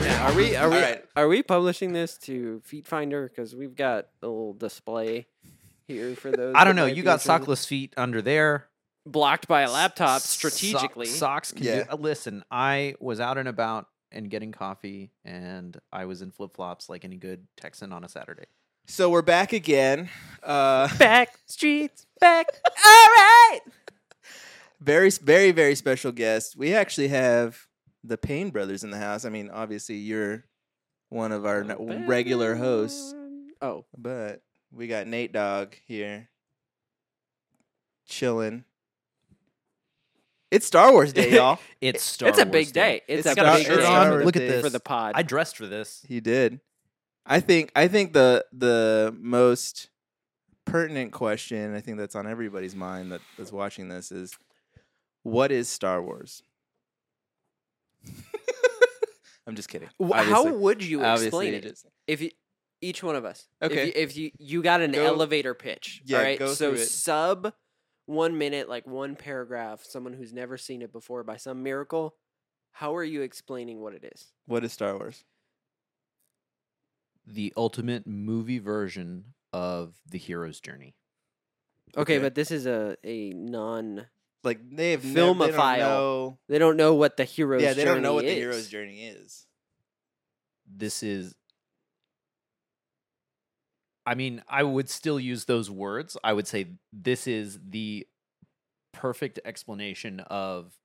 we are we All right. are we publishing this to Feet Finder because we've got a little display here for those? I don't that know. might be You got interested. sockless feet under there. blocked by a laptop S- strategically. Sock- socks can Yeah. do. uh, Listen, I was out and about and getting coffee, and I was in flip flops like any good Texan on a Saturday. So we're back again. Uh, back streets, back. very, s- very, very special guest. We actually have the Payne brothers in the house. I mean, obviously, you're one of our n- regular hosts, Oh, but we got Nate Dog here, chilling. It's Star Wars Day, y'all. It's Star it's a Wars big day. It's, It's a got big shirts day on. for- Look at for this. the pod. I dressed for this. He did. I think I think the the most pertinent question I think that's on everybody's mind that that's watching this is what is Star Wars? I'm just kidding. Wh- How Obviously- would you obviously explain it it? is. if you, each one of us, Okay. if you, if you, you got an Go- elevator pitch, Yeah, all right, go so through it. sub one minute, like one paragraph, someone who's never seen it before by some miracle, how are you explaining what it is? What is Star Wars? The ultimate movie version of the hero's journey. Okay, Okay. but this is a a non. Like they have nev- they don't Filmophile. know- They don't know what the hero's yeah, they don't journey know what the is. hero's journey is. This is. I mean, I would still use those words. I would say this is the perfect explanation of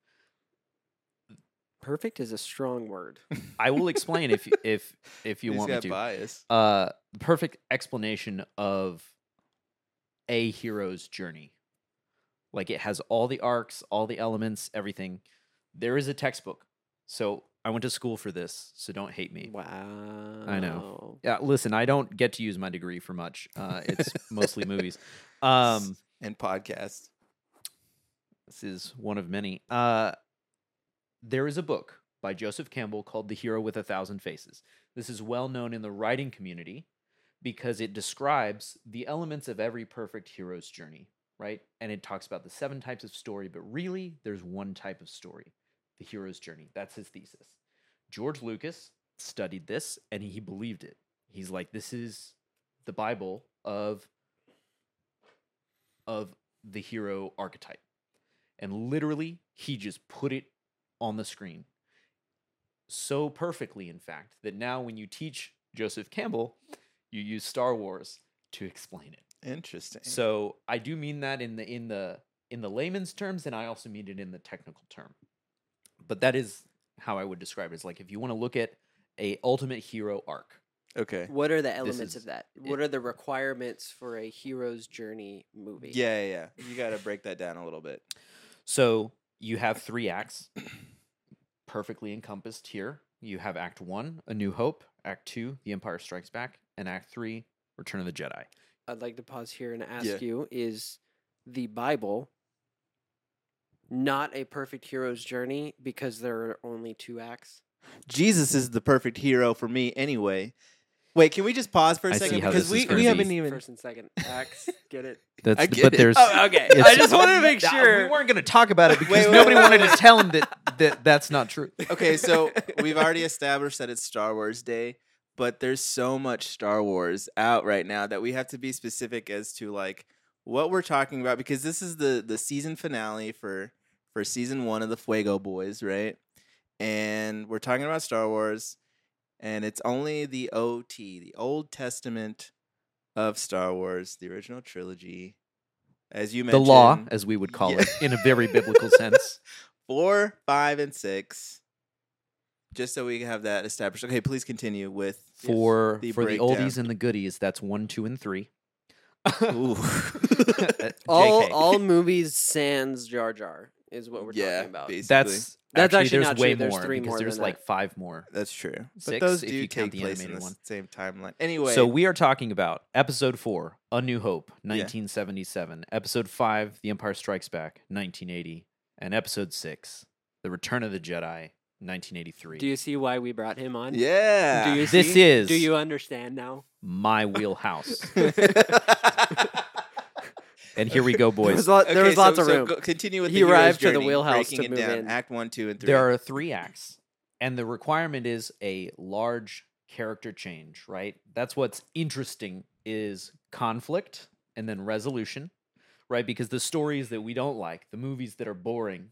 Perfect is a strong word. I will explain if if if you He's want me got to. bias. Uh, the perfect explanation of a hero's journey. Like it has all the arcs, all the elements, everything. There is a textbook. So I went to school for this, so don't hate me. Wow. I know. Yeah, listen, I don't get to use my degree for much. Uh, it's mostly movies. Um, and podcasts. this is one of many. Uh, there is a book by Joseph Campbell called The Hero with a Thousand Faces. This is well known in the writing community because it describes the elements of every perfect hero's journey, right? And it talks about the seven types of story, but really there's one type of story the hero's journey. That's his thesis. George Lucas studied this and he believed it. He's like, this is the Bible of, of the hero archetype and literally he just put it on the screen so perfectly in fact that now when you teach joseph campbell you use star wars to explain it Interesting. so i do mean that in the in the in the layman's terms and i also mean it in the technical term but that is how i would describe it it's like if you want to look at a ultimate hero arc okay. What are the elements is of that? What it. are the requirements for a hero's journey movie? Yeah, yeah, yeah. You got to break that down a little bit. So you have three acts perfectly encompassed here. You have Act One, A New Hope, Act Two, The Empire Strikes Back, and Act Three, Return of the Jedi. I'd like to pause here and ask Yeah. you is the Bible not a perfect hero's journey because there are only two acts? Jesus is the perfect hero for me anyway. Wait, can we just pause for a I see second? how Because this we, is gonna we be. haven't even. First and second acts. Get it? That's I get it. Oh, okay. I it's- just wanted to make Nah, sure. we weren't going to talk about it because wait, nobody wait, wanted wait. to tell him that, that that's not true. Okay, so we've already established that it's Star Wars Day, but there's so much Star Wars out right now that we have to be specific as to like what we're talking about because this is the the season finale for for season 1 of the Fuego Boys, right? And we're talking about Star Wars and it's only the OT, the Old Testament of Star Wars, the original trilogy. As you The mentioned, law, as we would call Yeah. it, in a very biblical sense. four, five, and six. Just so we can have that established. Okay, please continue with For The for breakdown. the oldies and the goodies, that's one, two, and three. All Ooh. JK. all movies sans Jar Jar is what we're yeah, talking about. Basically. That's That's actually, actually there's not way true. There's more three because more there's than like that. five more. that's true. but Six, those if do you count take the place in animated the one. same timeline. Anyway, So we are talking about episode four, A New Hope, 1977. Episode five, The Empire Strikes Back, 1980. And episode six, The Return of the Jedi, 1983. Do you see why we brought him on? yeah. Do you This see? is- Do you understand now? My wheelhouse. there and here we go, There was, boys. lot, there was lots of room. continue with He the hero's arrived to the journey, wheelhouse breaking to it move down. in. Act one, two, and three. There are three acts. and the requirement is a large character change right that's what's interesting is conflict and then resolution right because the stories that we don't like the movies that are boring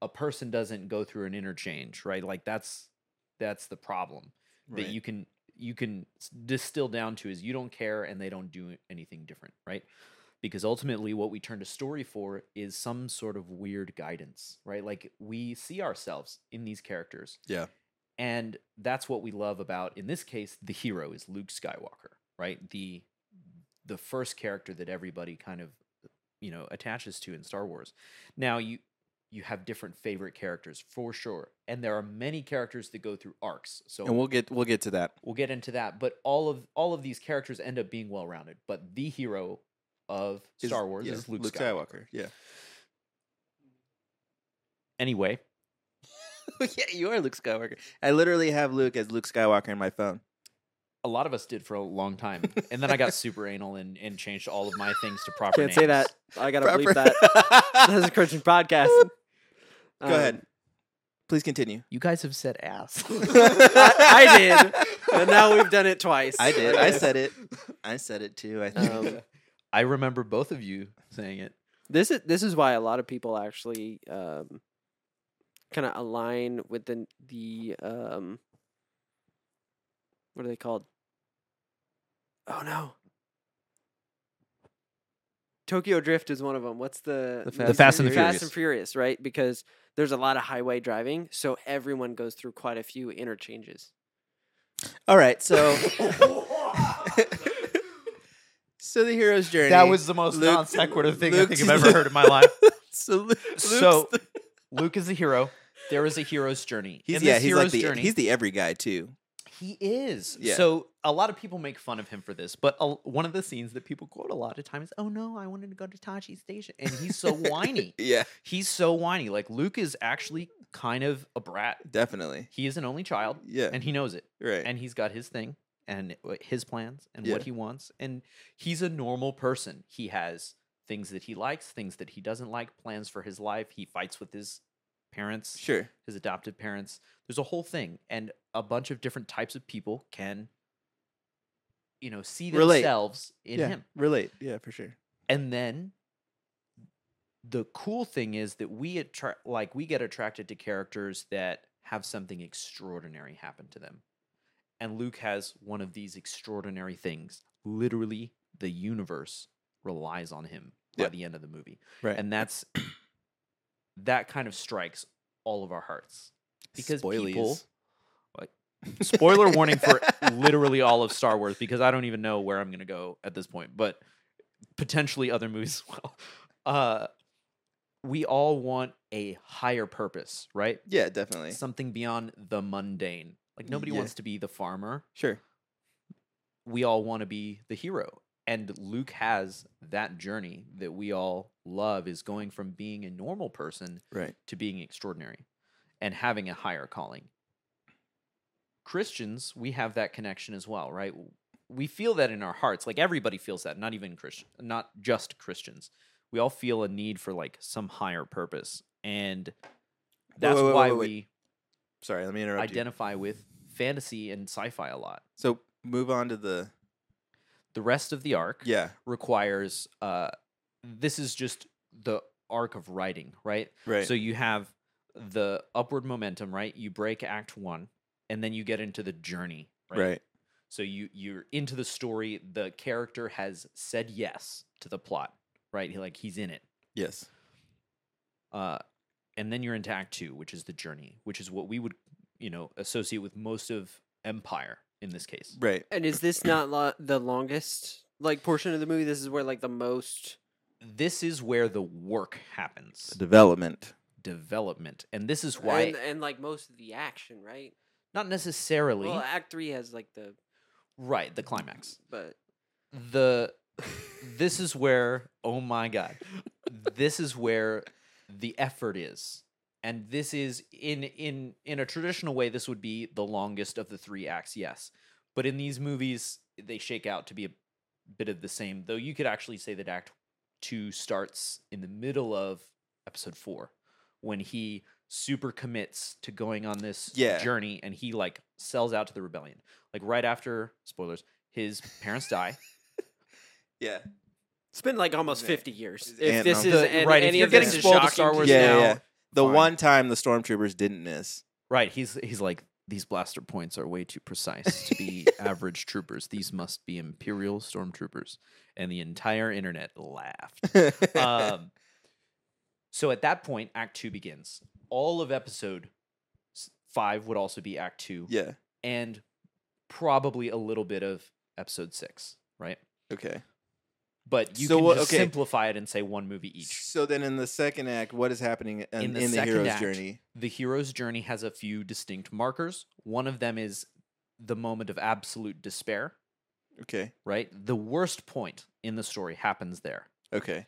a person doesn't go through an interchange right like that's that's the problem that you can you can s- distill down to is you don't care and they don't do anything different right because ultimately what we turn to story for is some sort of weird guidance right like we see ourselves in these characters Yeah. and that's what we love about in this case the hero is luke skywalker right the the first character that everybody kind of you know attaches to in star wars now you you have different favorite characters for sure and there are many characters that go through arcs so and we'll get we'll get to that. we'll get into that but all of all of these characters end up being well rounded but the hero of Is- star wars yeah, is luke, skywalker. Skywalker. Yeah. anyway yeah, you are Luke Skywalker. I literally have Luke as Luke Skywalker in my phone. a lot of us did for a long time and then i got super anal and, and changed all of my things to proper Can't say names. that. I gotta Proper- bleep that. This is a Um, Christian podcast. Go ahead. Please continue. you guys have said ass I- did, And now we've done it twice. I did. I Okay. said it. I said it too. I think. Um, i remember both of you saying it this is this is why a lot of people actually um, kind of align with the the um, what are they called? Oh no. Tokyo Drift is one of them. What's the The movie Fast and series? the Fast and Furious, right? Because there's a lot of highway driving, so everyone goes through quite a few interchanges. All right. So. so the hero's journey. that was the most Luke- non sequitur thing i think Luke's- i've ever heard in my life so. Lu- Luke's So- the- luke is the hero there is a hero's journey he's In yeah. this He's hero's like the journey, he's the every guy too. He is. Yeah. So a lot of people make fun of him for this, but a, one of the scenes that people quote a lot of times, "Oh no, I wanted to go to Tachi Station," and he's so whiny. Yeah, he's so whiny. Like Luke is actually kind of a brat. definitely. He is an only child, Yeah, and he knows it, right. and he's got his thing and wh- his plans and what Yeah. he wants, and he's a normal person. He has things that he likes, things that he doesn't like, plans for his life. He fights with his parents sure. his adoptive parents. There's a whole thing, and a bunch of different types of people can, you know, see Relate. themselves in yeah, him. relate. Yeah, for sure. And then the cool thing is that we attract, like, we get attracted to characters that have something extraordinary happen to them. And Luke has one of these extraordinary things. Literally, the universe relies on him by Yeah. the end of the movie. Right. And that's that kind of strikes all of our hearts because people like, spoiler warning for literally all of Star Wars because I don't even know where I'm going to go at this point, but potentially other movies as well. Uh, we all want a higher purpose, right? Yeah, definitely. Something beyond the mundane. Like nobody Yeah. wants to be the farmer. Sure. We all want to be the hero. And Luke has that journey that we all love is going from being a normal person Right. to being extraordinary and having a higher calling. Christians, we have that connection as well, right? W- We feel that in our hearts. Like everybody feels that, not even Christian, not just Christians. We all feel a need for like some higher purpose. And that's wait, wait, why wait, wait. we Sorry, let me interrupt you. identify with fantasy and sci-fi a lot. So move on to the The rest of the arc yeah. requires uh this is just the arc of writing, right? Right. So you have the upward momentum, right? You break act 1 and then you get into the journey, right. right? So you you're into the story, the character has said yes to the plot, right? He, like he's in it. Yes. Uh and then you're into act 2, which is the journey, which is what we would, you know, associate with most of empire in this case. Right. And is this not lo- the longest like portion of the movie? This is where like the most This is where the work happens. Development. development. And this is why and, and like most of the action, right? not necessarily Well, Act Three has like the right, the climax. but the this is where oh my god this is where the effort is and this is in in in a traditional way this would be the longest of the three acts yes but in these movies they shake out to be a bit of the same though you could actually say that act 2 starts in the middle of episode 4 when he super commits to going on this Yeah. journey and he like sells out to the rebellion. Like right after spoilers, his parents die. Yeah. It's been like almost Man. 50 years. This is If Ant this Man. is The- an- right, if any you're of getting this is spoiled to shocking Star to Wars you- yeah, now- yeah. The fine. one time the stormtroopers didn't miss. Right. He's he's like these blaster points are way too precise to be average troopers. These must be imperial stormtroopers, and the entire internet laughed. Um, so at that point, Act Two begins. All of Episode s- Five would also be Act Two, yeah. and probably a little bit of Episode Six, right? Okay. But you So can what- just okay. simplify it and say one movie each. So then in the second act, what is happening in, in In the, the second hero's act, journey? the hero's journey has a few distinct markers. One of them is the moment of absolute despair, Okay. right? The worst point in the story happens there. Okay.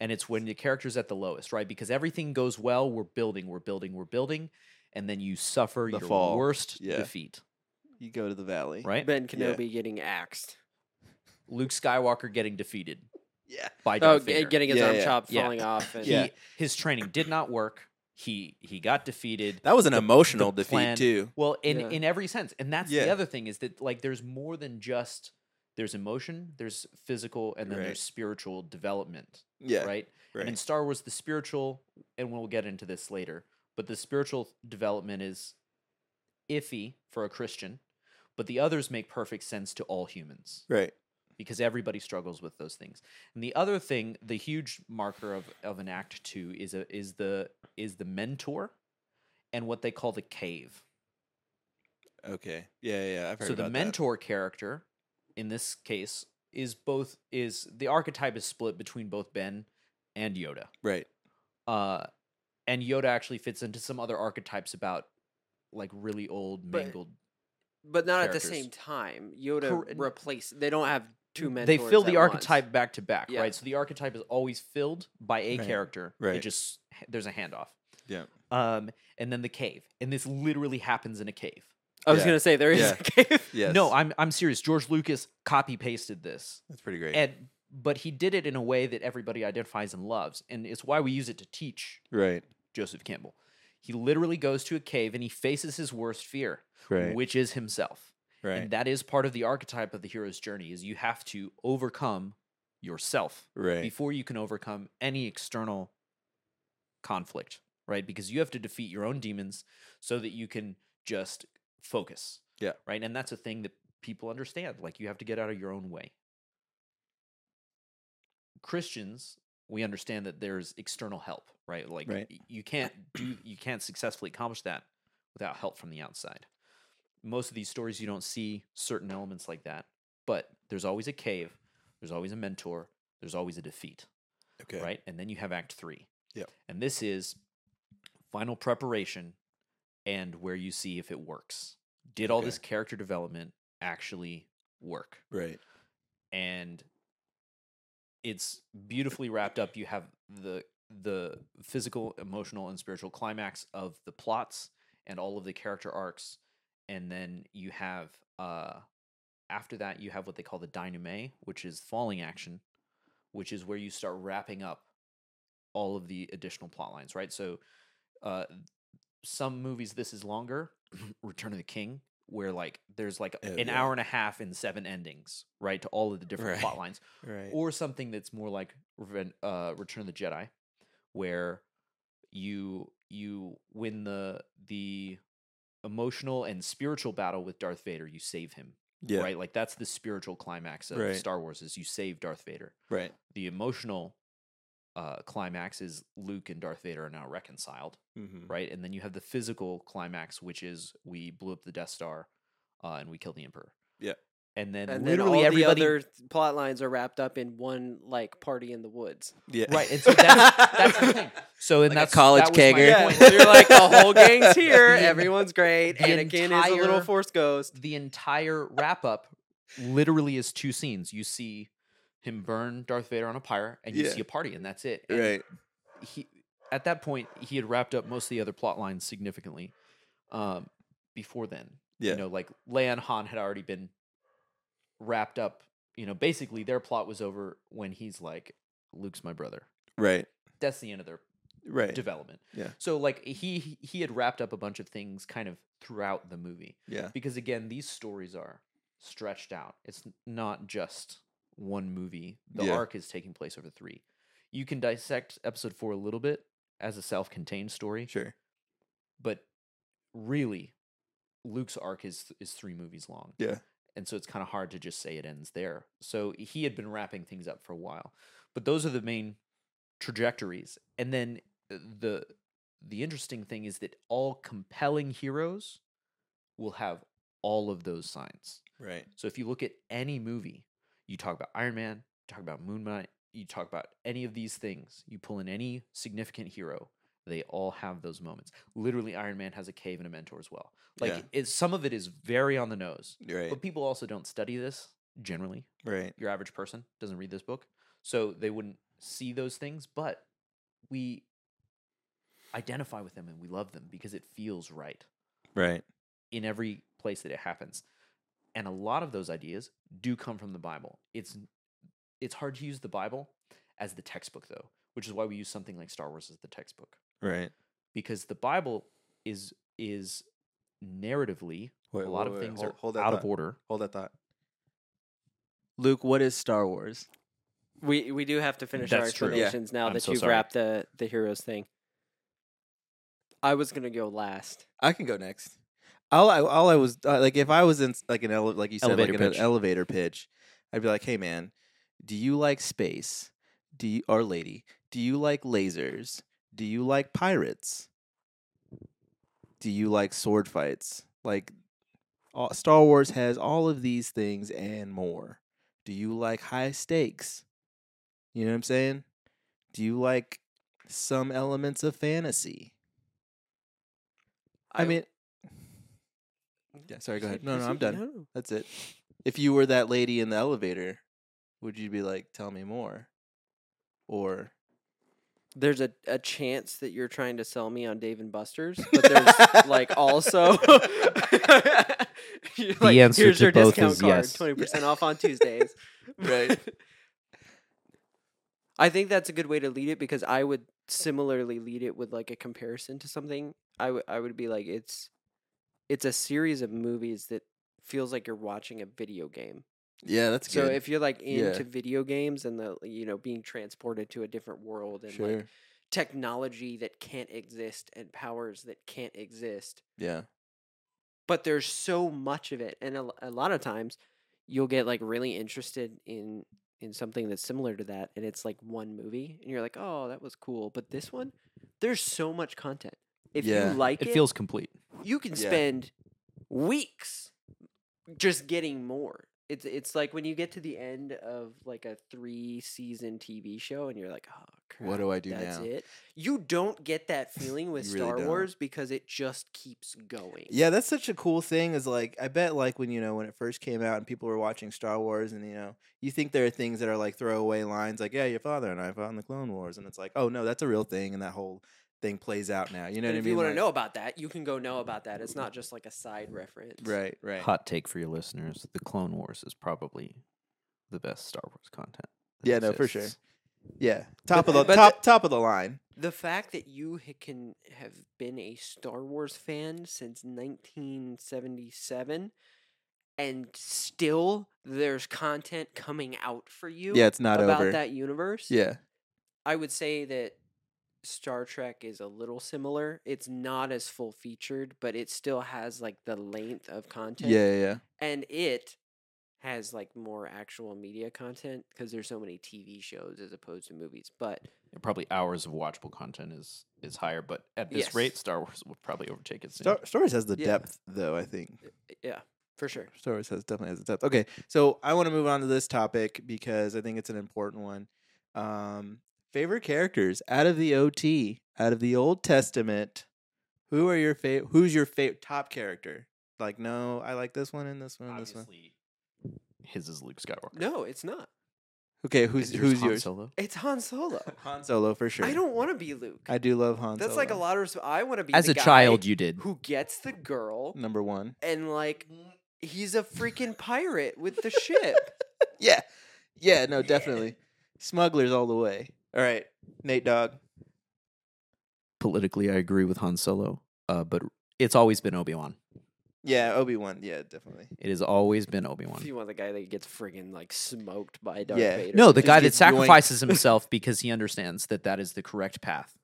And it's when the character's at the lowest, right? Because everything goes well, we're building, we're building, we're building, and then you suffer The your fall, worst yeah. defeat, You go to the valley. right? Ben Yeah. Kenobi getting axed. Luke Skywalker getting defeated Yeah. by Oh, Darth g- Vader. getting his Yeah, arm yeah. chopped, Yeah. falling off. And he, Yeah. His training did not work. He he got defeated. That was an emotional defeat plan- too. Well, in Yeah. in every sense, and that's Yeah. the other thing is that like there's more than just there's emotion, there's physical, and then Right. there's spiritual development, Yeah. right? Right. And in Star Wars, the spiritual, and we'll get into this later, but the spiritual development is iffy for a Christian, but the others make perfect sense to all humans right. because everybody struggles with those things. And the other thing, the huge marker of, of an act two is a is the is the mentor and what they call the cave. Okay. Yeah. Yeah. I've heard so the about that. mentor character in this case is both is the archetype is split between both Ben and Yoda. Right. Uh and Yoda actually fits into some other archetypes about like really old But mangled but not at the characters. same time. Yoda Cor- replace. They don't have two mentors. they fill the at once. archetype back to back, Yeah. right? So the archetype is always filled by a Right, character. It right. just there's a handoff. Yeah. Um, and then the cave, and this literally happens in a cave. I was Yeah. gonna say there is Yeah. a cave. Yes. No, I'm I'm serious. George Lucas copy pasted this, That's pretty great. and but he did it in a way that everybody identifies and loves, and it's why we use it to teach right. Joseph Campbell. He literally goes to a cave and he faces his worst fear, Right. which is himself. right. And that is part of the archetype of the hero's journey is you have to overcome yourself right. before you can overcome any external conflict, right? Because you have to defeat your own demons so that you can just focus. Yeah. Right? And that's a thing that people understand. Like you have to get out of your own way. Christians, we understand that there's external help, right? Like Right. y- you can't do you can't successfully accomplish that without help from the outside. Most of these stories you don't see certain elements like that, but there's always a cave, there's always a mentor, there's always a defeat, okay. right? And then you have Act Three. Yep. And this is final preparation and where you see if it works. Did all Okay. this character development actually work? Right. And it's beautifully wrapped up. You have the the physical, emotional, and spiritual climax of the plots and all of the character arcs. And then you have uh after that you have what they call the dyname, which is falling action, which is where you start wrapping up all of the additional plot lines, right? So uh some movies this is longer, Return of the King, where like there's like Oh, an yeah. hour and a half and seven endings, right, to all of the different Right. plot lines Right. or something that's more like Reven- uh, Return of the Jedi, where you you win the the emotional and spiritual battle with Darth Vader. You save him, yeah. right? Like that's the spiritual climax of Right. Star Wars is you save Darth Vader. Right. The emotional uh, climax is Luke and Darth Vader are now reconciled, Mm-hmm. right? And then you have the physical climax, which is we blew up the Death Star uh, and we killed the Emperor. Yeah. And then And literally then all everybody the other th- plot lines are wrapped up in one like party in the woods. Yeah. Right, and so that's- that's the thing. So and Like a that's college that was my kegger. Yeah, point. Yeah. you're like the whole gang's here. The en- Everyone's great. the Anakin is a little entire- force ghost. The entire wrap up literally is two scenes. You see him burn Darth Vader on a pyre, and you Yeah. see a party, and that's it. And Right. He at that point he had wrapped up most of the other plot lines significantly. Um, before then, Yeah. you know, like Leia and Han had already been wrapped up. You know, basically their plot was over when he's like, "Luke's my brother." Right. That's the end of their right. development. Eh, Yeah. So like he he had wrapped up a bunch of things kind of throughout the movie yeah. because again these stories are stretched out. It's n- not just one movie. The Yeah. arc is taking place over 3. You can dissect episode 4 a little bit as a self-contained story, Sure. but really Luke's arc is is 3 movies long Yeah. and so it's kind of hard to just say it ends there. So he had been wrapping things up for a while, but those are the main trajectories. And then uh, the the interesting thing is that all compelling heroes will have all of those signs. Right. So if you look at any movie, you talk about Iron Man, you talk about Moon Knight, you talk about any of these things, you pull in any significant hero, they all have those moments. Literally, Iron Man has a cave and a mentor as well. Like Yeah. it's, some of it is very on the nose. Right. But people also don't study this generally. Right. Your average person doesn't read this book. So they wouldn't see those things, but we identify with them and we love them because it feels right Right. in every place that it happens. And a lot of those ideas do come from the Bible. It's it's hard to use the Bible as the textbook though, which is why we use something like Star Wars as the textbook Right. because the Bible is is narratively Wait, a wait, lot of wait, things hold- are hold that out of thought. order. Hold that thought. Luke, what is Star Wars? We we do have to finish our That's true. Yeah. explanations now I'm that so you've sorry. wrapped the the heroes thing. I was gonna go last. I can go next. All I, all I was uh, like, if I was in s- like an ele- like you said, Elevator like in pitch. an elevator pitch, I'd be like, "Hey, man, do you like space? Do you, or lady? Do you like lasers? Do you like pirates? Do you like sword fights? Like, all, Star Wars has all of these things and more. Do you like high stakes? You know what I'm saying? Do you like some elements of fantasy? I I- mean, yeah, sorry, go ahead. No, no, I'm done. No. That's it. If you were that lady in the elevator, would you be like, tell me more? Or. There's a, a chance that you're trying to sell me on Dave and Buster's, but there's like also You're like, answer here's to your both discount is card, yes." twenty percent off on Tuesdays. Right. I think that's a good way to lead it because I would similarly lead it with like a comparison to something. I would I would be like it's it's a series of movies that feels like you're watching a video game. Yeah, that's So if you're like Yeah. into video games and the you know being transported to a different world and sure. like technology that can't exist and powers that can't exist, yeah. but there's so much of it and a, l- a lot of times you'll get like really interested in in something that's similar to that and it's like one movie and you're like oh that was cool but this one there's so much content if Yeah. you like it, It feels complete. you can Yeah. spend weeks just getting more it's it's like when you get to the end of like a three season tv show and you're like oh crap, What do I do that's now? it you don't get that feeling with You really star don't. wars because it just keeps going Yeah, that's such a cool thing. Is like I bet like when you know when it first came out and people were watching Star Wars and you know you think there are things that are like throwaway lines like yeah your father and I fought in the Clone Wars and it's like oh no that's a real thing and that whole thing plays out now you know And what I if mean you want Like- to know about that, you can go know about that. It's not just like a side reference. right right Hot take for your listeners: The Clone Wars is probably the best Star Wars content. that Yeah, no, for sure. exists. yeah top of uh, the but top top of the line The fact that you ha- can have been a Star Wars fan since 1977 and still there's content coming out for you yeah it's not about over that universe. yeah I would say that Star Trek is a little similar. It's not as full featured, but it still has like the length of content. yeah yeah, yeah and it has like more actual media content because there's so many TV shows as opposed to movies. But Probably hours of watchable content is is higher, but at this Yes. rate, Star Wars will probably overtake it soon. Star, Star Wars has the Yeah. depth though I think yeah, for sure. Star Wars has definitely has a depth. Okay, so I want to move on to this topic because I think it's an important one. Um, favorite characters out of the OT, out of the Old Testament, who are your favorite? Who's your favorite top character? Like, no, I like this one and this one and this one. Obviously, his is Luke Skywalker. No, it's not. Okay, Is who's yours who's Han yours? Solo? It's Han Solo. Han Solo for sure. I don't want to be Luke. I do love Han. That's Solo. like a lot of. Res- I want to be As the a guy child, you did. who gets the girl Number one. and like he's a freaking pirate with the ship. Yeah, yeah, no, definitely. Smugglers all the way. All right, Nate Dog. politically I agree with Han Solo, uh, but it's always been Obi Wan. Yeah, Obi Wan. Yeah, definitely. It has always been Obi If Wan. you want the guy that gets friggin' like smoked by Darth Yeah. Vader. No, the Just guy that gets yoinked. sacrifices himself because he understands that that is the correct path.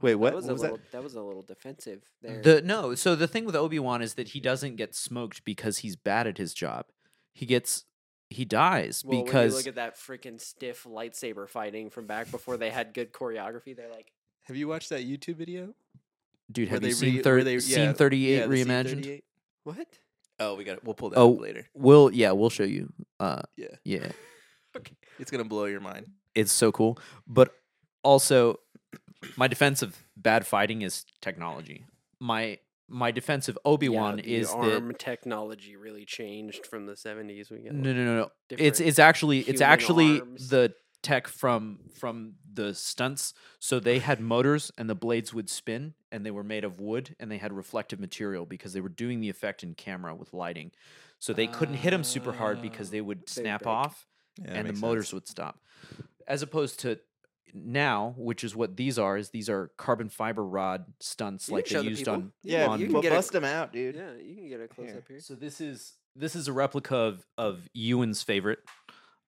Wait, what? that was, what a was that? little, that? was a little defensive there. The no, so the thing with Obi Wan is that he doesn't get smoked because he's bad at his job. He gets he dies well, when you because look at that freaking stiff lightsaber fighting from back before they had good choreography, they're like, Have you watched that YouTube video? dude, where have you they seen re- thir- where they- scene yeah, thirty eight Yeah, the reimagined? C-38. "What? Oh, we got it. We'll pull that Oh. up later. We'll yeah, we'll show you. Uh, Yeah. yeah, Okay. It's gonna blow your mind. it's so cool. But also, my defense of bad fighting is technology. My my defense of Obi Wan yeah, the is that arm technology really changed from the '70s. We got no no no no. different. It's it's actually it's human actually arms. the tech from from the stunts. So they had motors and the blades would spin and they were made of wood and they had reflective material because they were doing the effect in camera with lighting. So they couldn't hit them super hard because they would They snap break. off Yeah, and the motors would stop. As opposed to now, which is what these are, is these are carbon fiber rod stunts You like can they show the used people. on Yeah, Yeah, on you you can can get a- bust them out, dude. yeah, you can get a close Here. up here. So this is this is a replica of of Ewan's favorite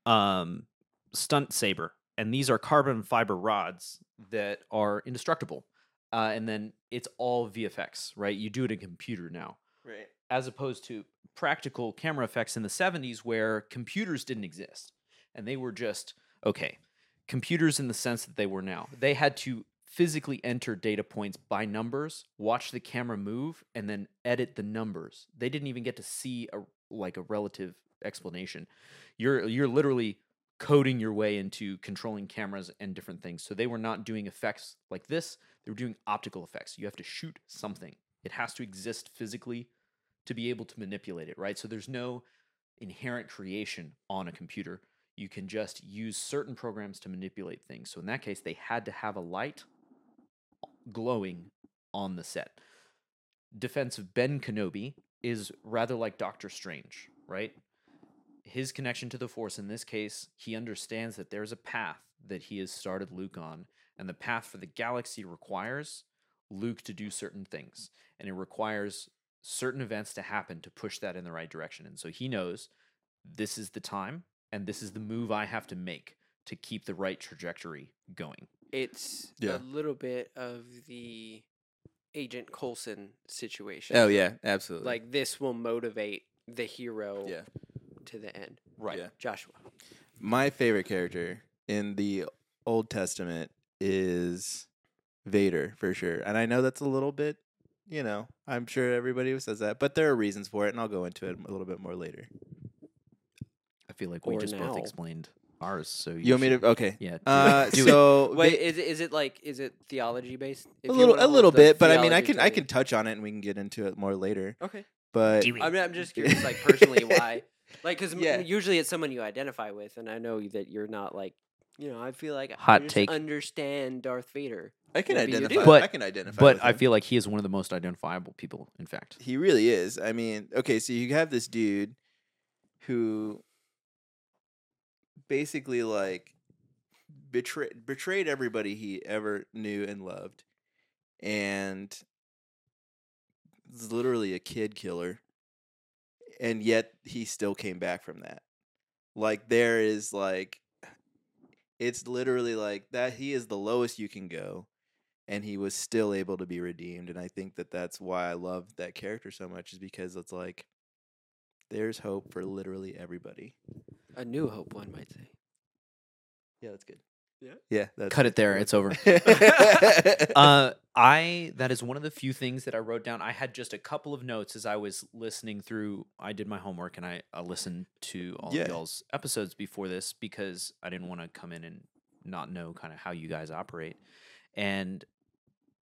um stunt saber, and these are carbon fiber rods that are indestructible. Uh, and then it's all VFX, right? You do it in computer now, Right. as opposed to practical camera effects in the '70s, where computers didn't exist, and they were just okay. Computers in the sense that they were now, they had to physically enter data points by numbers, watch the camera move, and then edit the numbers. They didn't even get to see a like a relative explanation. You're you're literally coding your way into controlling cameras and different things. So they were not doing effects like this. They were doing optical effects. You have to shoot something. It has to exist physically to be able to manipulate it, right? So there's no inherent creation on a computer. You can just use certain programs to manipulate things. So in that case, they had to have a light glowing on the set. Defense of Ben Kenobi is rather like Doctor Strange, right? His connection to the Force in this case, he understands that there's a path that he has started Luke on, and the path for the galaxy requires Luke to do certain things, and it requires certain events to happen to push that in the right direction. And so he knows this is the time and this is the move I have to make to keep the right trajectory going. It's Yeah. a little bit of the Agent Coulson situation. Oh yeah, absolutely. like this will motivate the hero yeah. to the end. Right. Yeah. Joshua. My favorite character in the Old Testament is Vader for sure. And I know that's a little bit, you know, I'm sure everybody says that, but there are reasons for it, and I'll go into it a little bit more later. I feel like we Or just now. both explained ours. So You want me to? should- Okay. Yeah. do Uh, it. Do it. so Wait, they- is it, is it like is it theology based? If you a little, wanna a hold little the bit, but I mean, I theology can, to I the- can touch on it, and we can get into it more later. Okay. But Do it. I mean, I'm just curious, like personally, why? Like, because Yeah. usually it's someone you identify with, and I know that you're not like, you know, I feel like I Hot just take. understand Darth Vader. I can Maybe you do. identify. But- I can identify. but with I him. feel like he is one of the most identifiable people, in fact. He really is. I mean, okay, so you have this dude who basically like betrayed betrayed everybody he ever knew and loved, and is literally a kid killer, and yet he still came back from that. Like there is like, it's literally like that. He is the lowest you can go and he was still able to be redeemed and i think that that's why i love that character so much is because it's like there's hope for literally everybody A new hope, one might say. yeah that's good Yeah? yeah that's Um, Cut it there. It's over. it uh, I that is one of the few things that I wrote down. I had just a couple of notes as I was listening through. I did my homework and I, I listened to all Yeah. of y'all's episodes before this because I didn't want to come in and not know kind of how you guys operate. And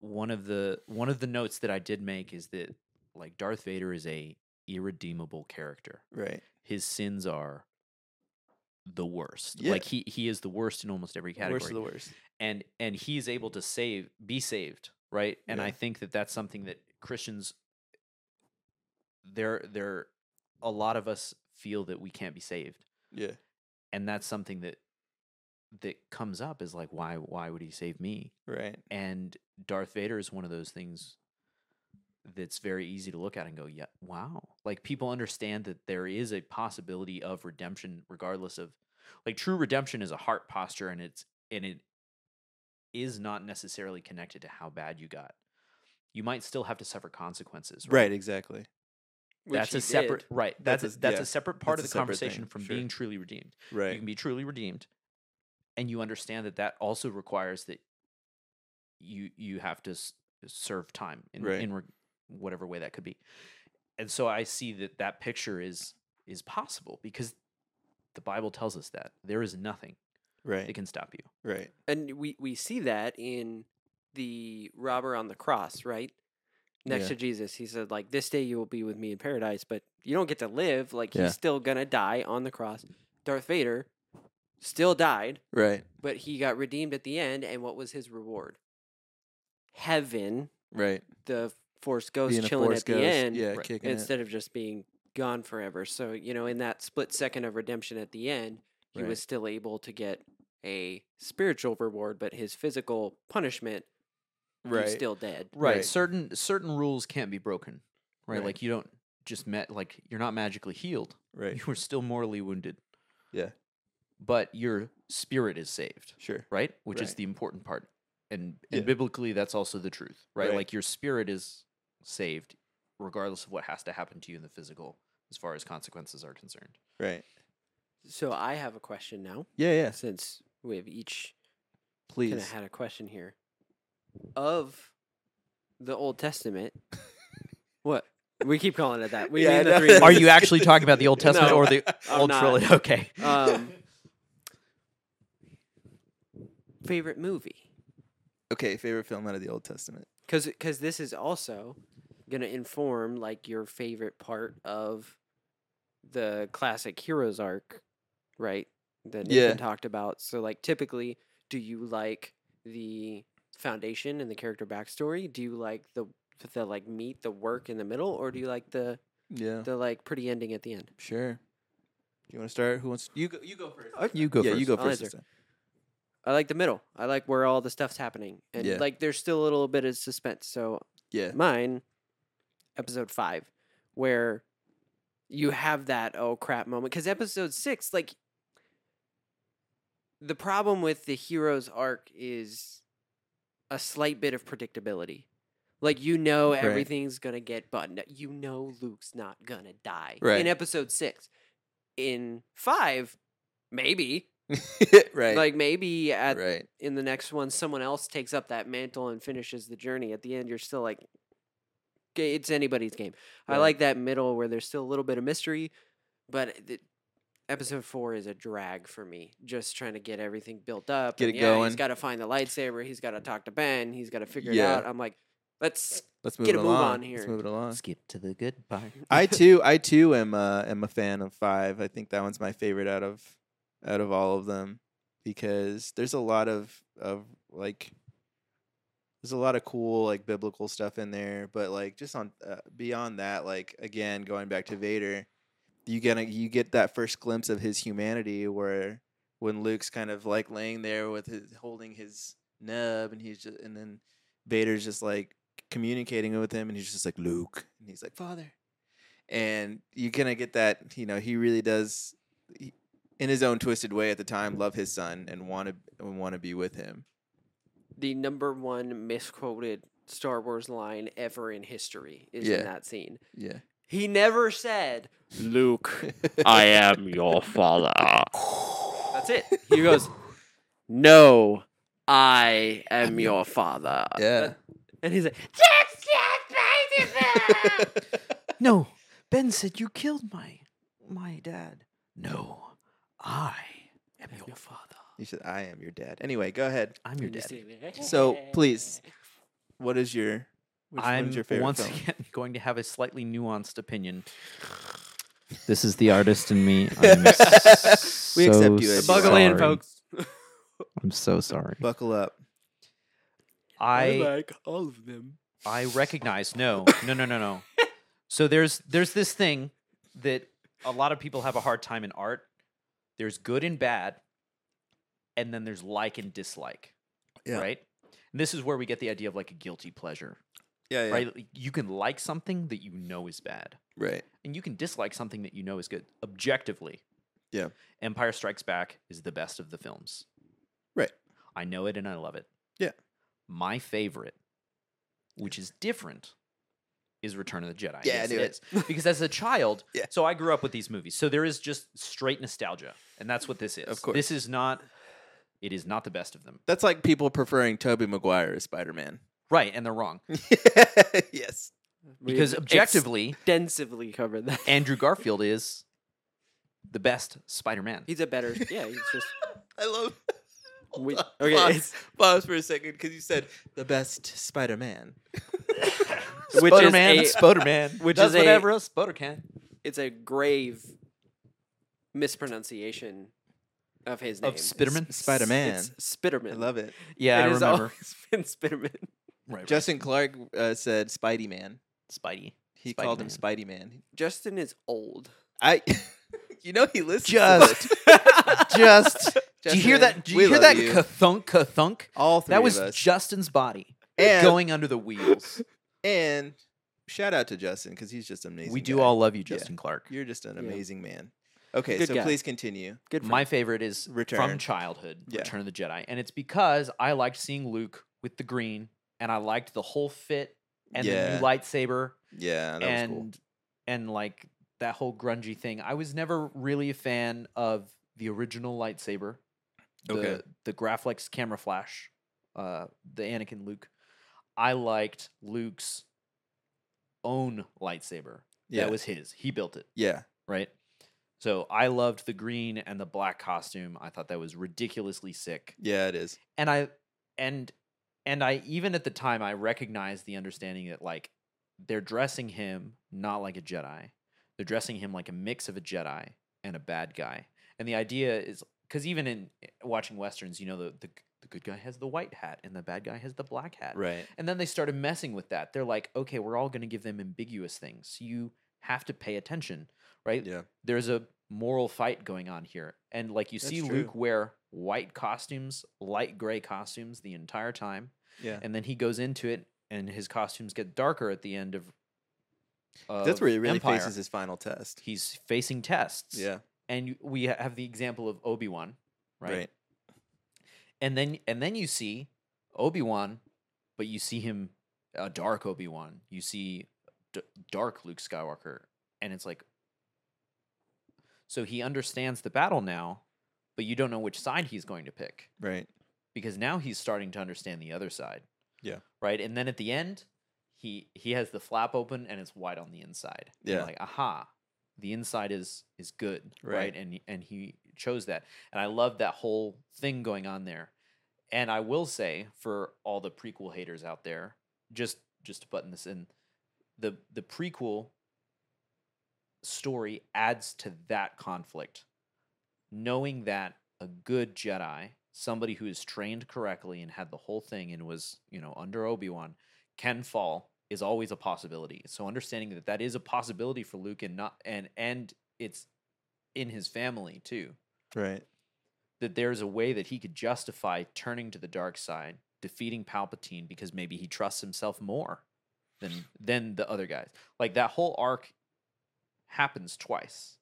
one of the one of the notes that I did make is that like Darth Vader is a irredeemable character right his sins are the worst. Yeah. Like he he is the worst in almost every category. worst of the worst And and he's able to save be saved, right? And I Yeah. think that that's something that Christians there there a lot of us feel that we can't be saved. yeah And that's something that that comes up is like why why would he save me? Right. And Darth Vader is one of those things that's very easy to look at and go, yeah, wow. Like people understand that there is a possibility of redemption regardless of like true redemption is a heart posture and it's and it is not necessarily connected to how bad you got. You might still have to suffer consequences, Right. Exactly. Which That's he a separate did. right. That's That's that's, a, a- that's yeah, a separate part that's of a the separate conversation thing, from sure. being truly redeemed you Right. can be truly redeemed and you understand that that also requires that you you have to s- serve time in, Right. in reg- whatever way that could be and so i see that that picture is is possible because the bible tells us that there is nothing that right. can stop you Right. and we we see that in the robber on the cross, right? Next Yeah. to Jesus, he said, "Like this day you will be with me in paradise," but you don't get to live. Like Yeah. he's still gonna die on the cross. Darth Vader still died, Right. but he got redeemed at the end. And what was his reward? Heaven. Right. The Force Ghost Being a chilling Force at the ghost, end Yeah. right, Kicking it. instead of just being gone forever. So, you know, in that split second of redemption at the end, he Right. was still able to get a spiritual reward, but his physical punishment, Right. he's still dead. right, Right. certain certain rules can't be broken right, Right. like you don't just met like you're not magically healed right. you were still mortally wounded Yeah. but your spirit is saved Sure. right? Which is Right. the important part. And, and Yeah. biblically, that's also the truth, right? Right. Like your spirit is saved regardless of what has to happen to you in the physical as far as consequences are concerned. Right. So, I have a question now Yeah. Yeah. since we have each kind of Please. had a question here of the Old Testament. what? We keep calling it that. We Yeah, I mean the know. three Are words. you actually talking about the Old Testament No, or the I'm Old not. Trilogy? Okay. Um, favorite movie? Okay. Favorite film out of the Old Testament. because because this is also gonna inform like your favorite part of the classic heroes arc, right? That Nathan Yeah. talked about. So like typically, do you like the foundation and the character backstory? Do you like the the like meat, the work in the middle, or do you like the Yeah. the like pretty ending at the end? Sure. Do you want to start? Who wants? You go. You go first. you go yeah. You go I'll first. answer. this time. I like the middle. I like where all the stuff's happening, and Yeah. like there's still a little bit of suspense. So Yeah. mine episode five where you have that oh crap moment because episode six like the problem with the hero's arc is a slight bit of predictability like you know Right. everything's gonna get buttoned up. you know luke's not gonna die Right. in episode six in five maybe right. like maybe at right. in the next one someone else takes up that mantle and finishes the journey at the end you're still like "Okay, it's anybody's game i Right. like that middle where there's still a little bit of mystery but the, episode four is a drag for me just trying to get everything built up Get and it yeah, going. he's got to find the lightsaber he's got to talk to ben he's got to figure Yeah. it out i'm like let's Let's move Get it a move along. on here. Let's move it along. Skip to the good part. I too, I too am uh, am a fan of five. I think that one's my favorite out of out of all of them because there's a lot of of like there's a lot of cool like biblical stuff in there, but like just on uh, beyond that, like again going back to Vader, you gonna you get that first glimpse of his humanity where when Luke's kind of like laying there with his holding his nub and he's just and then Vader's just like communicating with him and he's just like Luke and he's like father and you kind of get that you know he really does he- in his own twisted way at the time love his son and want to want to be with him the number one misquoted star wars line ever in history is Yeah. in that scene yeah he never said luke I am your father. That's it. He goes, No, I am your father. yeah And he's like, no, Ben said you killed my my dad. No, I am your father. you said i am your dad anyway go ahead I'm your dad. So, please. what is your which one's I'm your favorite once film? again going to have a slightly nuanced opinion. This is the artist in me. I'm ex- We accept you as you Buckle Buckle in, in, sorry. folks. I'm so sorry. buckle up I like all of them. I recognize. No, no, no, no, no. So there's there's this thing that a lot of people have a hard time in art. There's good and bad, and then there's like and dislike. Yeah. Right? And this is where we get the idea of like a guilty pleasure. Yeah, yeah. Right? Like, You can like something that you know is bad. Right. And you can dislike something that you know is good objectively. Yeah. Empire Strikes Back is the best of the films. Right. I know it and I love it. Yeah. My favorite, which is different, is Return of the Jedi. Yeah, I Yes, knew it. is. Because as a child, Yeah. so I grew up with these movies. So there is just straight nostalgia. And that's what this is. Of course. This is not it is not the best of them. That's like people preferring Toby Maguire as Spider Man. Right, and they're wrong. yes. We Because have objectively, extensively covered that. Andrew Garfield is the best Spider Man. he's a better. Yeah, he's just. I love. We, Hold on. okay, Pause. it's- Pause for a second because you said the best Spider Man. Which is Spider-Man, a- Spider-Man. which does is a- whatever else Spider can. it's a grave mispronunciation of his name. Of Spiderman. Spider Man. It's Spitterman. I love it. Yeah, I It has remember. always been Spitterman. right, Justin Clark uh, said Spidey Man. Spidey. He called him Spidey Man. Justin is old. I. you know he listens. to Just- this. Just do you hear Justin, that? Do you we hear love that you. ka-thunk, ka-thunk? All three That was of us. Justin's body And- going under the wheels. and shout out to Justin because he's just an amazing. we do guy. all love you, Yeah. Justin Clark. You're just an Yeah. amazing man. Okay, Good so guy. please continue. Good for My him. favorite is from Return. childhood, Yeah. Return of the Jedi, and it's because I liked seeing Luke with the green, and I liked the whole fit and the Yeah. new lightsaber. Yeah, that and was cool. and like that whole grungy thing. I was never really a fan of the original lightsaber. The, Okay. The Graflex camera flash, uh, the Anakin Luke. I liked Luke's own lightsaber. Yeah, That was his. He built it, yeah, right? So I loved the green and the black costume. I thought that was ridiculously sick yeah. It is. and i and and i even at the time i recognized the understanding that like they're dressing him not like a jedi they're dressing him like a mix of a jedi and a bad guy and the idea is because even in watching westerns you know the, the the good guy has the white hat and the bad guy has the black hat Right. and then they started messing with that they're like okay we're all going to give them ambiguous things you have to pay attention right Yeah. there's a moral fight going on here. And like you That's see true. Luke wear white costumes, light gray costumes the entire time. Yeah. And then he goes into it and his costumes get darker at the end of That's where he really Empire. faces his final test. He's facing tests. Yeah. And you- we ha- have the example of Obi-Wan, Right. right? And then and then you see Obi-Wan, but you see him a dark Obi-Wan. You see d- dark Luke Skywalker and it's like so he understands the battle now, but you don't know which side he's going to pick Right. because now he's starting to understand the other side. Yeah. Right? And then at the end, he he has the flap open and it's white on the inside. And you're Yeah. Like, aha, the inside is is good. Right. Right. And and he chose that. And I love that whole thing going on there. And I will say for all the prequel haters out there, just just to button this in, the the prequel story adds to that conflict knowing that a good Jedi, somebody who is trained correctly and had the whole thing and was, you know, under Obi Wan, can fall is always a possibility. So understanding that that is a possibility for Luke and not and and it's in his family too. Right. That there's a way that he could justify turning to the dark side, defeating Palpatine because maybe he trusts himself more than than the other guys. Like that whole arc happens twice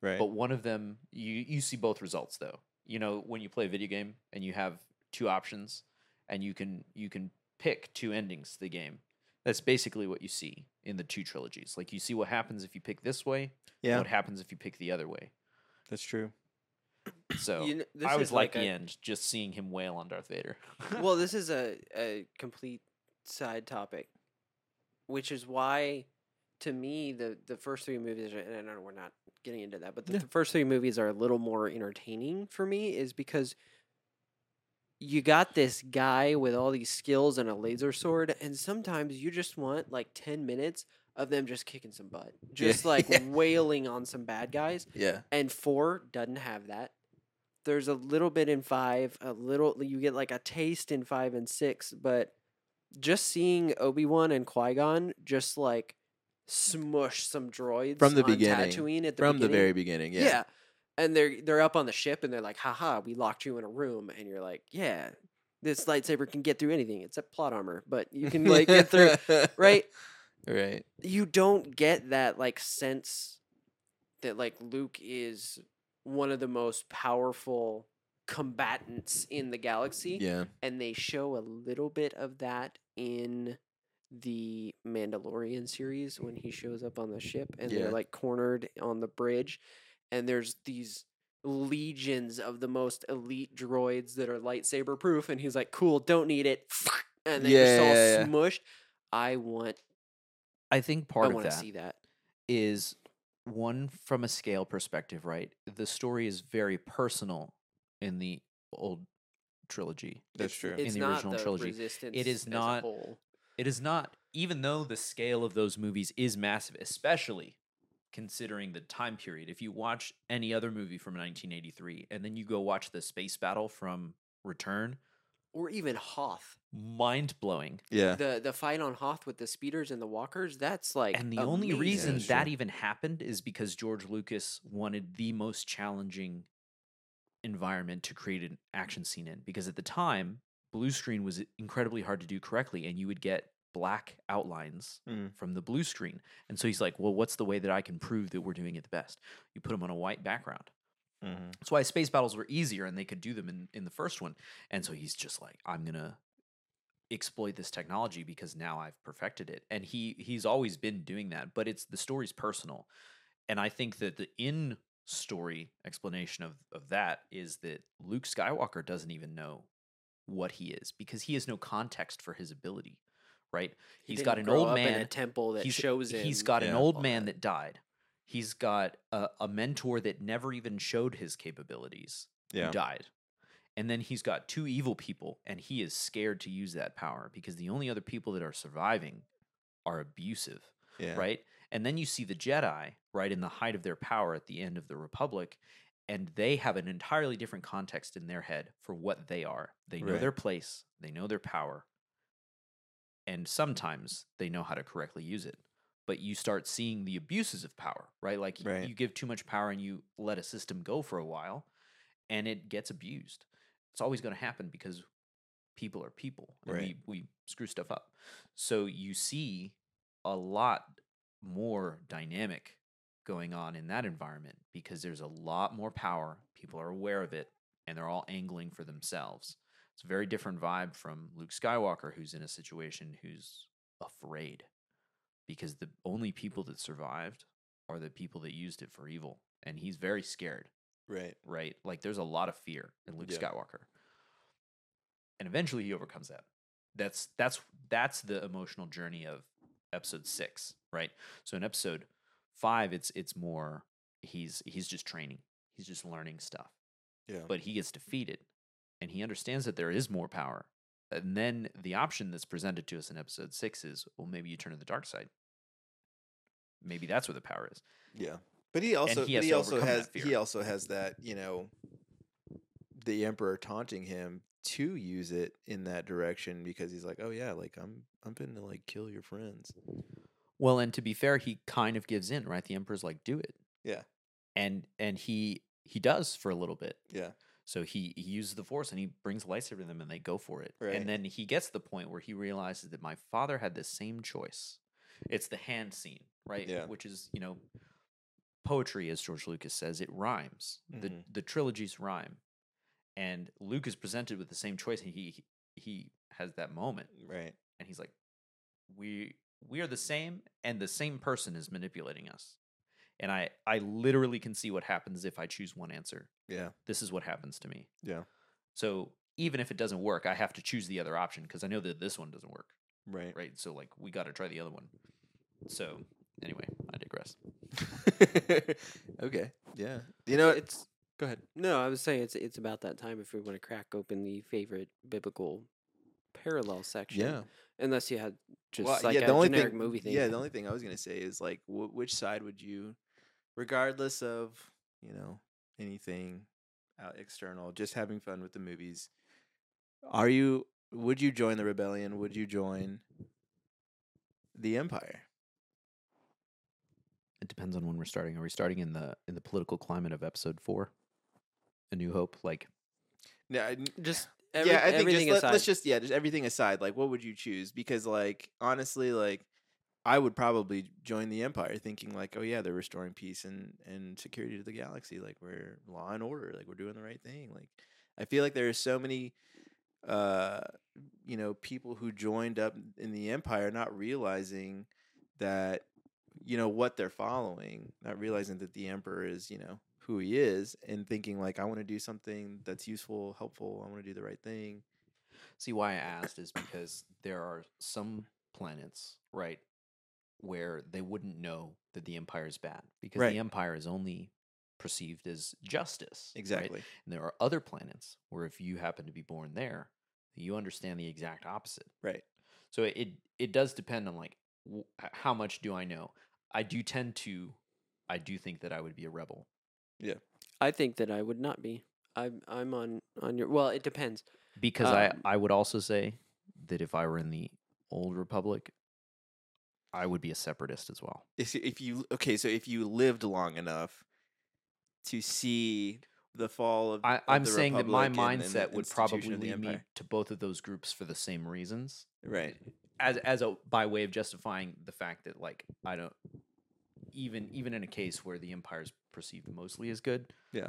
Right. but one of them you you see both results though you know when you play a video game and you have two options and you can you can pick two endings to the game that's basically what you see in the two trilogies like you see what happens if you pick this way and yeah, what happens if you pick the other way that's true. so You kn- this i is was like, a- the end just seeing him wail on darth vader well, this is a, a complete side topic, which is why, to me, the, the first three movies, are- and I know we're not getting into that, but the, Yeah. the first three movies are a little more entertaining for me, is because you got this guy with all these skills and a laser sword, and sometimes you just want like 10 minutes of them just kicking some butt, just like Yeah. wailing on some bad guys. Yeah. And four doesn't have that. There's a little bit in five, a little you get like a taste in five and six, but just seeing Obi Wan and Qui Gon just like smush some droids From the on beginning. Tatooine at the From the beginning, very beginning. yeah. Yeah. and they're they're up on the ship and they're like, haha, we locked you in a room and you're like, Yeah, this lightsaber can get through anything except plot armor, but you can like get through right? Right. you don't get that like sense that like Luke is one of the most powerful combatants in the galaxy Yeah. and they show a little bit of that in the Mandalorian series when he shows up on the ship and Yeah. they're like cornered on the bridge and there's these legions of the most elite droids that are lightsaber proof and he's like cool don't need it and they just all Yeah, yeah, yeah. smushed I want I think I part of want to that see that is one from a scale perspective, right? The story is very personal in the old trilogy. That's It's- true. It's the not original the trilogy. It Resistance is as a not- whole. It is not, even though the scale of those movies is massive, especially considering the time period. If you watch any other movie from 1983 and then you go watch the space battle from Return, or even Hoth. mind blowing. Yeah. The the fight on Hoth with the speeders and the walkers. That's like and the only amazing. reason Yeah, that sure. even happened is because George Lucas wanted the most challenging environment to create an action scene in. Because at the time, blue screen was incredibly hard to do correctly, and you would get black outlines Mm. from the blue screen. And so he's like, "Well, what's the way that I can prove that we're doing it the best? You put them on a white background." Mm-hmm. That's why space battles were easier and they could do them in, in the first one. And so he's just like, I'm gonna exploit this technology because now I've perfected it. And he he's always been doing that, but it's the story's personal. And I think that the in story explanation of, of that is that Luke Skywalker doesn't even know what he is because he has no context for his ability, right? He He's didn't got an grow old up in a man. temple that he's, shows him. He's got an Yeah. old all man that. that died. He's got a, a mentor that never even showed his capabilities Yeah. who died. And then he's got two evil people, and he is scared to use that power because the only other people that are surviving are abusive, Yeah. right? And then you see the Jedi, right, in the height of their power at the end of the Republic, and they have an entirely different context in their head for what they are. They know Right. their place, they know their power, and sometimes they know how to correctly use it. But you start seeing the abuses of power, right? Like y- Right. you give too much power and you let a system go for a while and it gets abused. It's always going to happen because people are people. and Right. We, we screw stuff up. So you see a lot more dynamic going on in that environment because there's a lot more power. People are aware of it and they're all angling for themselves. It's a very different vibe from Luke Skywalker, who's in a situation who's afraid because the only people that survived are the people that used it for evil. And he's very scared Right. right? Like there's a lot of fear in Luke Yeah. Skywalker. And eventually he overcomes that. That's that's that's the emotional journey of episode 6, right? So in episode 5 it's it's more he's he's just training. He's just learning stuff. Yeah. But he gets defeated and he understands that there is more power. And then the option that's presented to us in episode 6 is well maybe you turn to the dark side. Maybe that's where the power is. Yeah. But he also he but has he, to also overcome that has he fear. also has that, you know, the emperor taunting him to use it in that direction because he's like, "Oh yeah, like I'm I'm going to like kill your friends." Well, and to be fair, he kind of gives in, right? The emperor's like, "Do it." Yeah. And and he he does for a little bit. Yeah. So he, he uses the force and he brings the lightsaber to them and they go for it. Right. And then he gets to the point where he realizes that my father had the same choice. It's the hand scene, right? Yeah. Which is, you know, poetry, as George Lucas says, it rhymes. The Mhm. the trilogies rhyme. And Luke is presented with the same choice and he he has that moment Right. and he's like we we are the same and the same person is manipulating us and i i literally can see what happens if i choose one answer Yeah. this is what happens to me Yeah. so even if it doesn't work i have to choose the other option because i know that this one doesn't work Right. right so like we got to try the other one so anyway i digress okay. Yeah. You know, it's go ahead. no. I was saying it's it's about that time if we want to crack open the favorite biblical parallel section. Yeah. Unless you had just Well, like a generic movie thing. Yeah, the only thing I was gonna say is like, wh- which side would you, regardless of you know anything out external, just having fun with the movies, are you? Would you join the rebellion? Would you join the empire? It depends on when we're starting. Are we starting in the in the political climate of episode four? A New Hope, like Yeah, I- Just every, yeah, I think everything just, let, aside. let's just yeah, just everything aside. Like, what would you choose? Because like honestly, like I would probably join the Empire, thinking like, oh yeah, they're restoring peace and and security to the galaxy. Like we're law and order. Like we're doing the right thing. Like I feel like there are so many, uh, you know, people who joined up in the Empire not realizing that you know what they're following, not realizing that the Emperor is you know who he is and thinking like i want to do something that's useful helpful i want to do the right thing See, why I asked is because there are some planets, right, where they wouldn't know that the empire is bad because Right. the empire is only perceived as justice. right? Exactly. And there are other planets where if you happen to be born there, you understand the exact opposite. Right. So it it does depend on like w- h- how much do I know? I do tend to I do think that I would be a rebel. I think that I would not be. I'm I'm on on your. Well, it depends. because Um, I I would also say that if I were in the old republic, I would be a separatist as well. If, if you okay, so if you lived long enough to see the fall of, I, of I'm the saying that my Republic and- and the mindset would institution probably of the lead me empire. to both of those groups for the same reasons, right. as as a by way of justifying the fact that like I don't even even in a case where the empire's perceived mostly as good, Yeah.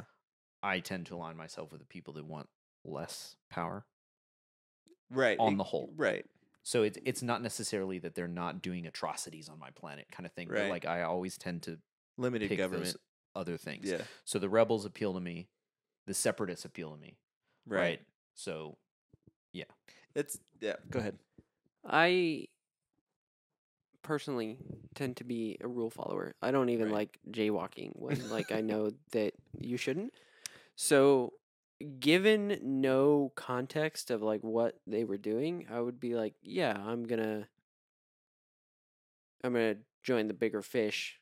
I tend to align myself with the people that want less power. Right on e- the whole. right? so it's it's not necessarily that they're not doing atrocities on my planet kind of thing but Right. like i always tend to Limited pick government, those other things yeah, so the rebels appeal to me the separatists appeal to me right, right. so That's yeah. Go ahead. I personally tend to be a rule follower. I don't even Right. like jaywalking when like I know that you shouldn't. So given no context of like what they were doing, I would be like, yeah, I'm going to I'm going to join the bigger fish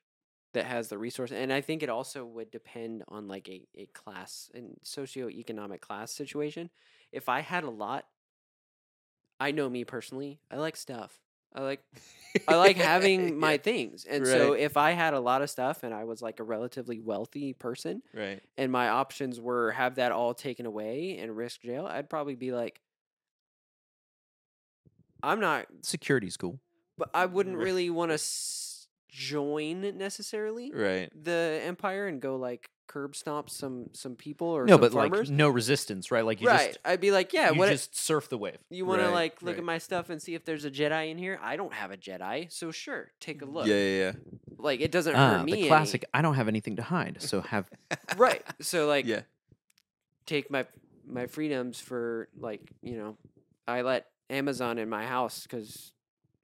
that has the resource. And I think it also would depend on like a, a class and socioeconomic class situation. If I had a lot, I know me personally, I like stuff. I like I like having my things. And so Right. if I had a lot of stuff and I was like a relatively wealthy person, Yeah, right. and my options were have that all taken away and risk jail, I'd probably be like, I'm not, security's cool but I wouldn't Right. really want to s- join necessarily Right. the empire and go like curb stomp some some people or no some but farmers. like no resistance right like you right? just I'd be like, yeah, you what? just surf the wave you want to Right, like look right. at my stuff and see if there's a Jedi in here? I don't have a Jedi, so sure, take a look. Mm, Yeah, yeah, Like it doesn't ah, hurt me. the any. classic i don't have anything to hide so have yeah. right? So like, yeah, take my my freedoms for like you know i let amazon in my house because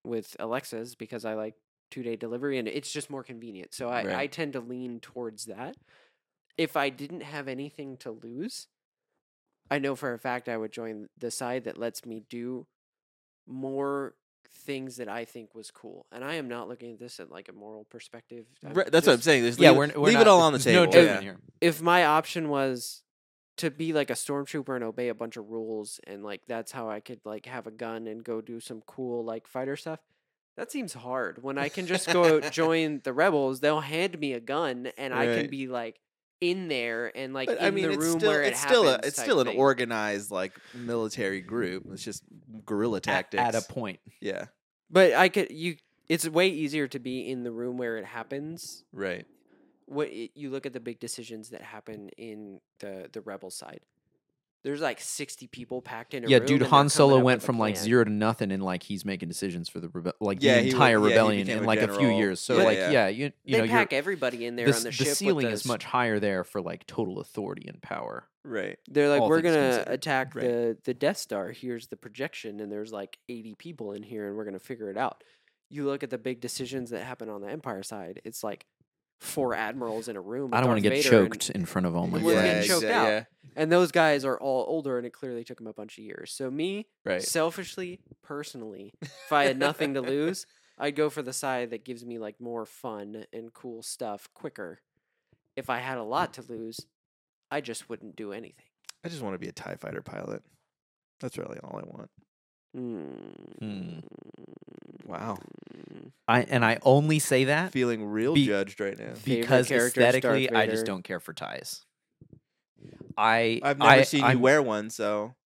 with alexa's because i like two day delivery and it's just more convenient so I, Right. I tend to lean towards that if i didn't have anything to lose i know for a fact i would join the side that lets me do more things that i think was cool and i am not looking at this at like a moral perspective I'm Right, That's what I'm just- saying. Just yeah leave, we're, we're leave not- it all on the there's no table. judgment yeah. here if my option was to be like a stormtrooper and obey a bunch of rules and like that's how I could like have a gun and go do some cool like fighter stuff. That seems hard. When I can just go join the rebels, they'll hand me a gun and I can Right. be like in there and like But in I mean, the it's room still where it it's still a, happens it's type still an thing. organized like military group. It's just guerrilla at, tactics. at a point yeah, But I could you. It's way easier to be in the room where it happens. right. What it, you look at the big decisions that happen in the the rebel side. There's like 60 people packed in a yeah room dude and they're han coming solo up went with a from like plan. zero to nothing and like he's making decisions for the rebe- like Yeah, the he wa- entire yeah, he rebellion became in a like a few general. years so Yeah, like yeah. yeah you you they know you're, pack everybody in there the, on s- the, the ship. with ceiling is those- much higher there for like total authority and power Right. They're like, all we're things gonna considered." attack Right. the the Death Star. Here's the projection, and there's like 80 people in here, and we're gonna figure it out. You look at the big decisions that happen on the Empire side. It's like four admirals in a room. i don't want to get choked in front of all my We're friends getting choked exa- out. yeah, And, those guys are all older, and it clearly took them a bunch of years. So me, right. selfishly, personally, if I had nothing to lose, I'd go for the side that gives me like more fun and cool stuff quicker. If I had a lot to lose, I just wouldn't do anything. I just want to be a TIE fighter pilot. That's really all I want. Mm. Wow. I and I only say that Feeling real Be- judged right now. Favorite because character is Darth aesthetically, I just Vader. don't care for ties. I I've never I- seen I'm- you wear one, so